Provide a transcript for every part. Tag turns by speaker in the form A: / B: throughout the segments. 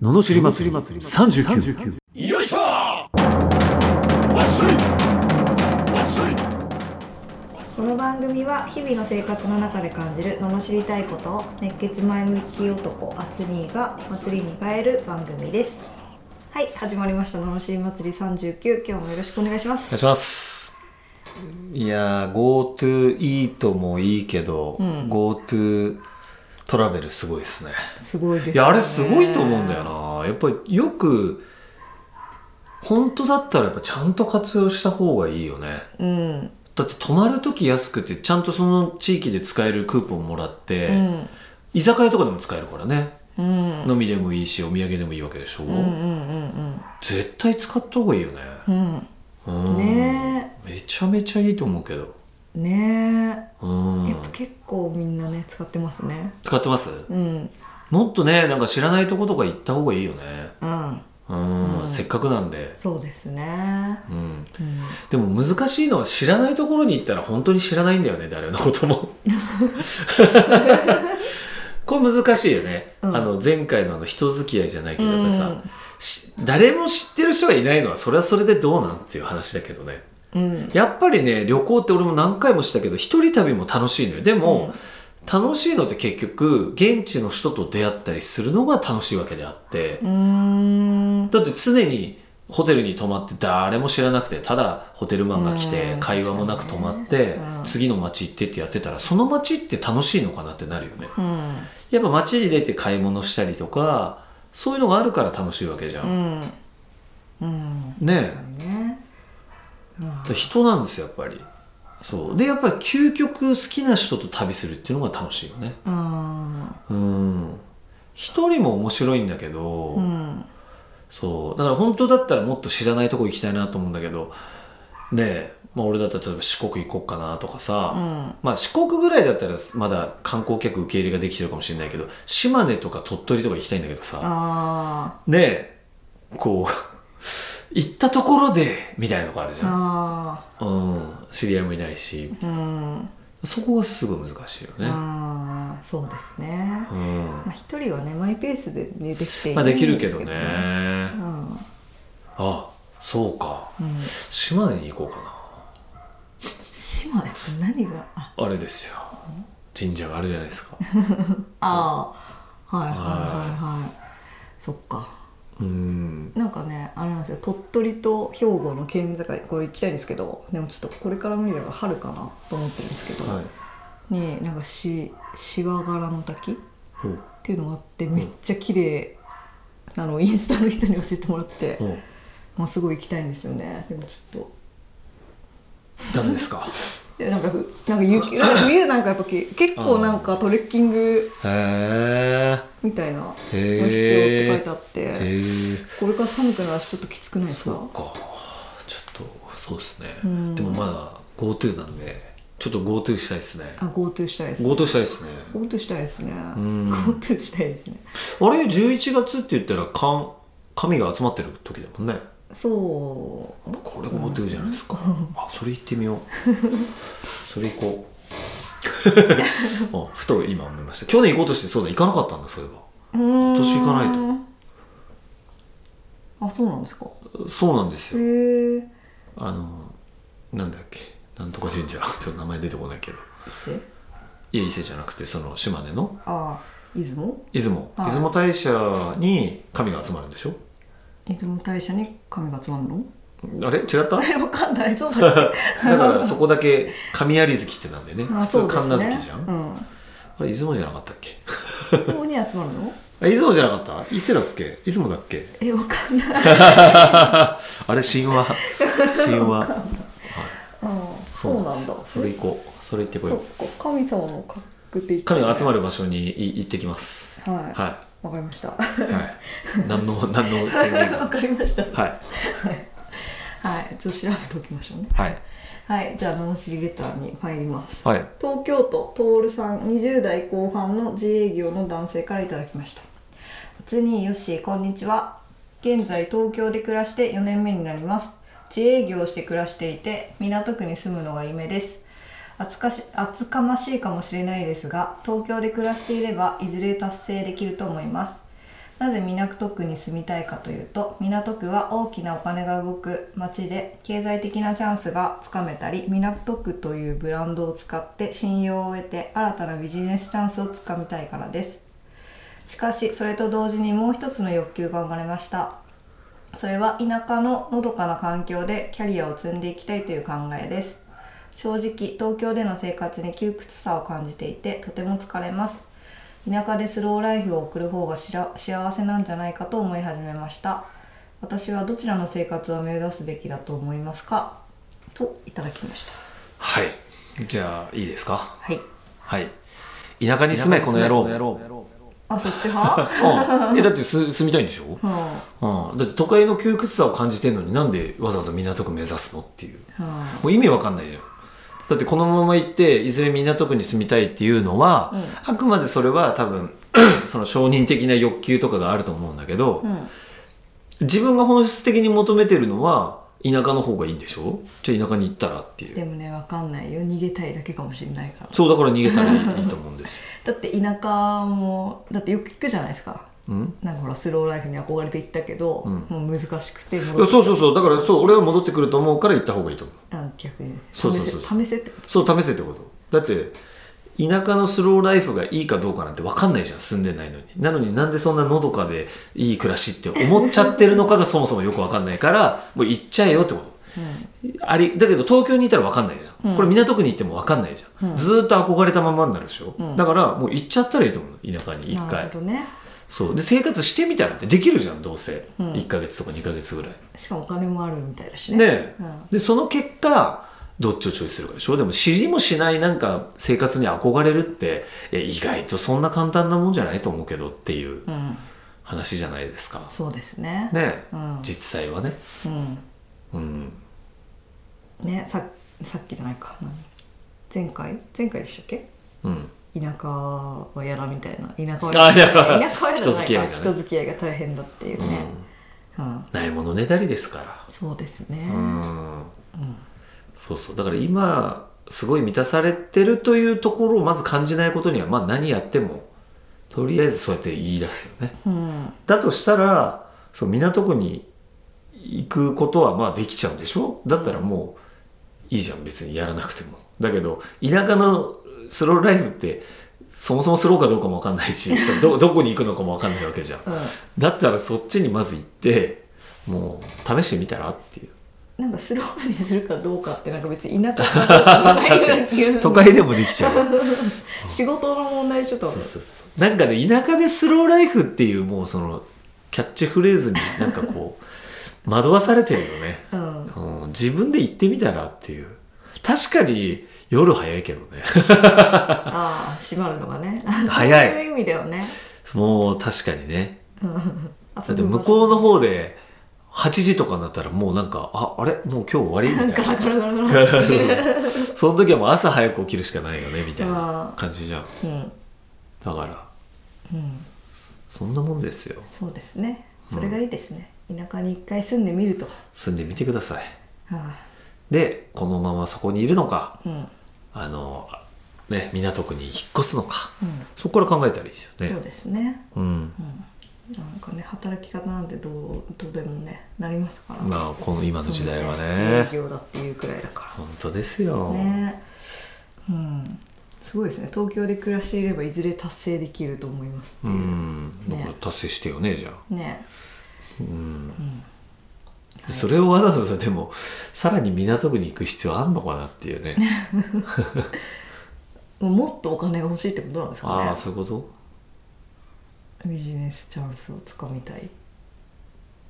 A: ののしり祭り39
B: よいしょわっしょいわっしょい
C: この番組は日々の生活の中で感じる罵りたいことを熱血前向き男アツニーが祭りに変える番組ですはい始まりました罵り祭り39今日もよろしくお願いしま
D: お願い
C: す
D: します。いやー、GoTo イートもいいけど、GoTo トラベルすごいですね。
C: すごいです、ね、
D: いや、あれすごいと思うんだよな。やっぱりよく、本当だったらやっぱちゃんと活用した方がいいよね。
C: うん
D: だって泊まる時安くて、ちゃんとその地域で使えるクーポンもらって、
C: うん
D: 居酒屋とかでも使えるからね。
C: うん
D: 飲みでもいいし、お土産でもいいわけでしょ。
C: うんうん
D: 絶対使った方がいいよね。
C: うん
D: う
C: うん
D: ん
C: ね
D: めちゃめちゃいいと思うけど。
C: えね
D: う
C: え
D: ん
C: やっぱ結構みんなね使ってますね
D: 使ってます
C: うん
D: もっとねなんか知らないとことか行った方がいいよね
C: うん
D: うん、せっかくなんで、
C: そうですね
D: うん、
C: うん
D: でも難しいのは知らないところに行ったら本当に知らないんだよね誰のこと もこれ難しいよね、
C: うん
D: あの前回のあの人付き合いじゃないけどやっぱりさ、
C: うん
D: し誰も知ってる人がいないのはそれはそれでどうなんっていう話だけどね
C: うん
D: やっぱりね旅行って俺も何回もしたけど一人旅も楽しいのよでも、楽しいのって結局現地の人と出会ったりするのが楽しいわけであって、
C: うーん
D: だって常にホテルに泊まって誰も知らなくてただホテルマンが来て
C: うん
D: 会話もなく泊まって
C: うん
D: 次の街行ってってやってたらその街って楽しいのかなってなるよね
C: うん
D: やっぱ街に出て買い物したりとかそういうのがあるから楽しいわけじゃ、
C: うんんうん
D: ねえ
C: ね
D: だから人なんですよやっぱりそうでやっぱり究極好きな人と旅するっていうのが楽しいよね
C: うん
D: うん一人も面白いんだけど、
C: うん
D: そうだから本当だったらもっと知らないとこ行きたいなと思うんだけどねえ、まあ、俺だったら例えば四国行こうかなとかさ、
C: うん
D: まあ四国ぐらいだったらまだ観光客受け入れができてるかもしれないけど島根とか鳥取とか行きたいんだけどさ
C: あ
D: ねえこう 行ったところでみたいなとこあるじ
C: ー
D: ゃん、
C: あ
D: うん、知り合いもいないし
C: ーうん
D: そこがすごい難しいよね、
C: あーそうですね
D: うん
C: まあ一人はねマイペースでねできていい
D: まあ
C: んで
D: ですきるけど
C: け
D: ね
C: どうん
D: あそうか
C: うん
D: 島根に行こうか
C: 島根って何があ
D: なあれですよ神社があるじゃない ですか
C: あーはいはいはいはいそっか
D: うん
C: なんかねあれなんですよ鳥取と兵庫の県境これ行きたいんですけどでもちょっとこれから無理だから春かなと思ってるんですけど、
D: はい
C: になんかししわ柄の滝っ
D: ほう
C: ていうのがあってめっちゃ綺麗なのをインスタの人に教えてもらって、
D: ほう
C: まあ、すごい行きたいんですよねでもちょっ
D: ダメですか
C: といやなんかふなんか雪なんか冬なんかやっぱけ結構なんかトレッキング
D: へえ
C: みたいなのが必要っ
D: へー
C: て書いてあって
D: へえ
C: これから寒くなるしちょっときつくないです
D: そう
C: か
D: かちょっとそうですね、
C: うん
D: でもまだ GoTo なんでちょっと GoTo したいですね
C: あ GoTo したいです
D: GoTo したいですね
C: GoTo したいですね
D: ん
C: GoTo したいですね
D: あれ11月って言ったらかん神が集まってる時だもんね
C: そ
D: これ GoTo じゃないですかあそれ行ってみよ うそれ行こうあふと今思いました去年行こうとしてそうだ行かなかったんだそういえ
C: う今
D: 年行かない
C: とあそうなんですか
D: ばそうなんです
C: へ
D: よ
C: え
D: あのなんだっけなんとか神社 ちょっと名前出てこないけど
C: 伊勢
D: いや伊勢じゃなくてその島根の
C: あ出雲
D: 出雲
C: はい
D: 出雲大社に神が集まるんでしょ
C: 出雲大社に神が集まるの
D: あれ違った
C: えわかんないそうだっ
D: だからそこだけ神有月ってなんでね
C: けあ
D: 普通
C: そうです
D: 神
C: ね
D: 無月じゃん、あれ出雲じゃなかったっけ
C: うん出雲に集まるの
D: あ出雲じゃなかった伊勢だっけ出雲だっけ
C: えわかんない
D: あれ神話神話はい
C: あそうなんだ
D: それ行こうそれ行ってこ
C: そっ
D: よ
C: か神様の各的
D: う神が集ま
C: る
D: る場所にい行ってきます
C: はい
D: は
C: わかりました
D: い、はい、何の何の宣言
C: わ
D: も
C: かりました
D: はい
C: はいちょっと調べておきましょうね
D: はい
C: はいじゃあ罵りレターに入ります
D: はい
C: 東京都徹さん20代後半の自営業の男性からいただきましたつによっしーこんにちは現在東京で暮らして4年目になります自営業をして暮らしていて港区に住むのが夢です厚かし厚かましいかもしれないですが東京で暮らしていればいずれ達成できると思いますなぜ港区に住みたいかというと港区は大きなお金が動く街で経済的なチャンスがつかめたり港区というブランドを使って信用を得て新たなビジネスチャンスをつかみたいからですしかしそれと同時にもう一つの欲求が生まれましたそれは田舎ののどかな環境でキャリアを積んでいきたいという考えです正直東京での生活に窮屈さを感じていてとても疲れます田舎でスローライフを送る方がしら幸せなんじゃないかと思い始めました私はどちらの生活を目指すべきだと思いますかといただきました
D: はいじゃあいいですか
C: はい
D: はい田舎に住めこの野郎
C: あそっち派
D: うんえだってす住みたいんでしょ
C: うん
D: うん、だって都会の窮屈さを感じてるのになんでわざわざ港区目指すのっていう
C: うん
D: もう意味わかんないじゃんだってこのまま行っていずれ港区に住みたいっていうのは、あくまでそれは多分 その承認的な欲求とかがあると思うんだけど、
C: ん
D: 自分が本質的に求めてるのは田舎の方がいいんでしょじゃあ田舎に行ったらってい
C: で
D: う
C: もねわかんないよ逃げたいだけかもしれないから
D: そうだから逃げたらいいと思うんですよ
C: だって田舎もだってよく聞くじゃないですか
D: うん
C: なんかほらスローライフに憧れて行ったけど、もう難しくて
D: いや そうそうそうだからそう俺は戻ってくると思うから行った方がいいと思う
C: あ逆に
D: そうそうそう
C: 試せ試せって
D: そう試せってことだって田舎のスローライフがいいかどうかなんて分かんないじゃん住んでないのになのになんでそんなのどかでいい暮らしって思っちゃってるのかがそもそもよく分かんないからもう行っちゃえよってこと、ありだけど東京にいたら分かんないじゃん、これ港区に行っても分かんないじゃん、ずーっと憧れたままになるでしょ、だからもう行っちゃったらいいと思う田舎に一
C: な
D: 回
C: るほどね
D: そうで生活してみたらってできるじゃんどうせ、1ヶ月とか2ヶ月ぐらい
C: しかもお金もあるみたいだしね
D: ね、
C: うん
D: でその結果どっちをチョイスするかでしょでも知りもしないなんか生活に憧れるってえ意外とそんな簡単なもんじゃないと思うけどっていう
C: うん
D: 話じゃないですか、
C: そうですね
D: ね、
C: うん
D: 実際はね
C: うん
D: うん
C: ねささっきじゃないか、うん前回前回でしたっけ
D: うん
C: 田舎はやらみたいな田舎は
D: あ
C: やら
D: いや
C: 田舎はやら
D: 人付き合いがね
C: 人付き合いが大変だっていうねうん、
D: ないものねだりですか
C: そうですね、
D: らうん、そうそうだから今すごい満たされてるというところをまず感じないことにはまあ何やってもとりあえずそうやって言い出すよね
C: うん、
D: だとしたらそう港区に行くことはまあできちゃうんでしょだったらもういいじゃん別にやらなくてもだけど田舎のスローライフってそもそもスローかどうかも分かんないし そのどどこに行くのかも分かんないわけじゃん
C: う、
D: だったらそっちにまず行ってもう試してみたらっていうん
C: なんかスローにするかどうかってなんか別に田舎かどうかじ
D: 確
C: ゃ
D: か
C: ないよう
D: に
C: な
D: 都 会でもできちゃう
C: 仕事の問題でしょ多
D: そう
C: 分
D: そうそうなんかね田舎でスローライフっていうもうそのキャッチフレーズになんかこう惑わされてるよね
C: うん
D: うん、自分で行ってみたらっていう確かに夜早いけどね
C: ああ閉まるのがね
D: 早い
C: そういう意味だよね
D: もう確かにね
C: だ
D: だって向こうの方で8時とかになったらもうなんかああれもう今日終わりみた
C: ガ
D: いな
C: ラガラガラガラ
D: その時はもう朝早く起きるしかないよねみたいうなん感じじゃん
C: うん
D: だからそんなもんですよ
C: そうですねそれがいいですね、田舎に一回住んでみると
D: 住んでみてください
C: あ
D: でこのままそこにいるのか
C: あうん
D: あのね港区に引っ越すのか、
C: うん
D: そこから考えたらいいですよ
C: そう
D: ね
C: ですね
D: うん
C: なんかね働き方なんてどうどうでもねなりますから
D: まあこの今の時代は
C: そんな
D: ね
C: 自営業だっていうくらいだか
D: 本当ですよ、
C: らねうんすごいですね東京で暮らしていればいずれ達成できると思いますって
D: う
C: いうん
D: だから
C: ね
D: 達成してよねじゃあ、
C: ね
D: それをわざわざでもさらに港区に行く必要あんのかなっていうね
C: もうもっとお金が欲しいってことなんですか
D: ああ
C: ね
D: そういうこと
C: ビジネスチャンスをつかみたい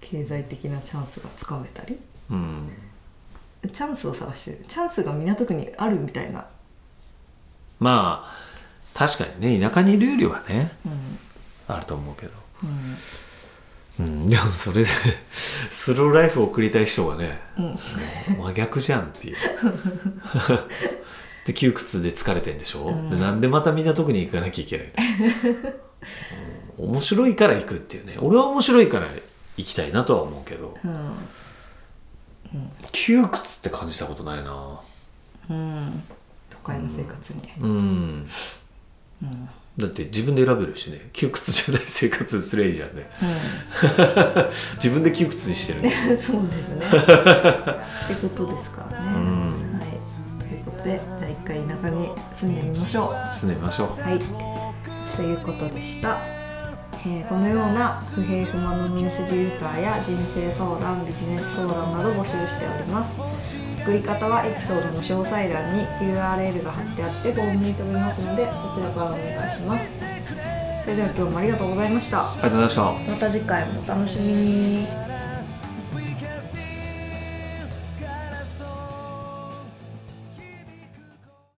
C: 経済的なチャンスがつかめたり
D: うん
C: チャンスを探してるチャンスが港区にあるみたいな、
D: まあ確かにね田舎にいるよりはね
C: うん
D: あると思うけど、
C: うん、
D: うん、でもそれでスローライフを送りたい人がね、もう真逆じゃん っていうで窮屈で疲れてんでしょ、でなんでまた港区に行かなきゃいけないの、うん面白いから行くっていうね俺は面白いから行きたいなとは思うけど、
C: ん
D: 窮屈って感じたことないな
C: 都会の生活に、
D: うん、だって自分で選べるしね窮屈じゃない生活すりゃいいじゃんね自分で窮屈にしてるね
C: うん、 そうですねってことですからね、
D: ん
C: はいということでじゃあ一回田舎に住んでみましょう
D: 住んでみましょう
C: はい、ということでした、えーこのような不平不満のニュースリューターや人生相談ビジネス相談など募集しております送り方はエピソードの詳細欄に URL が貼ってあってフォームに飛びますのでそちらからお願いしますそれでは今日もありがとうございました
D: ありがとうございました
C: また次回もお楽しみに